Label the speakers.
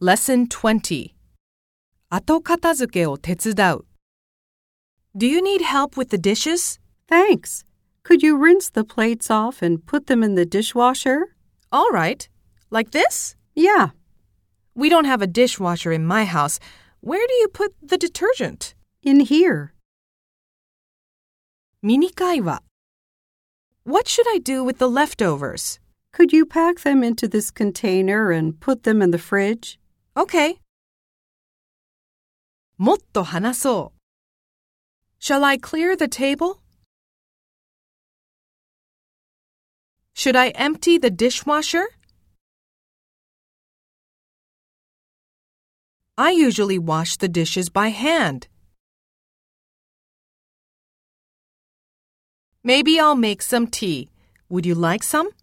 Speaker 1: Lesson 20後片付けを手伝う Do you need help with the dishes?
Speaker 2: Thanks. Could you rinse the plates off and put them in the dishwasher?
Speaker 1: All right. Like this?
Speaker 2: Yeah.
Speaker 1: We don't have a dishwasher in my house. Where do you put the detergent?
Speaker 2: In here.
Speaker 1: ミニ会話 What should I do with the leftovers?
Speaker 2: Could you pack them into this container and put them in the fridge?
Speaker 1: Okay. もっと話そう Shall I clear the table? Should I empty the dishwasher? I usually wash the dishes by hand. Maybe I'll make some tea. Would you like some?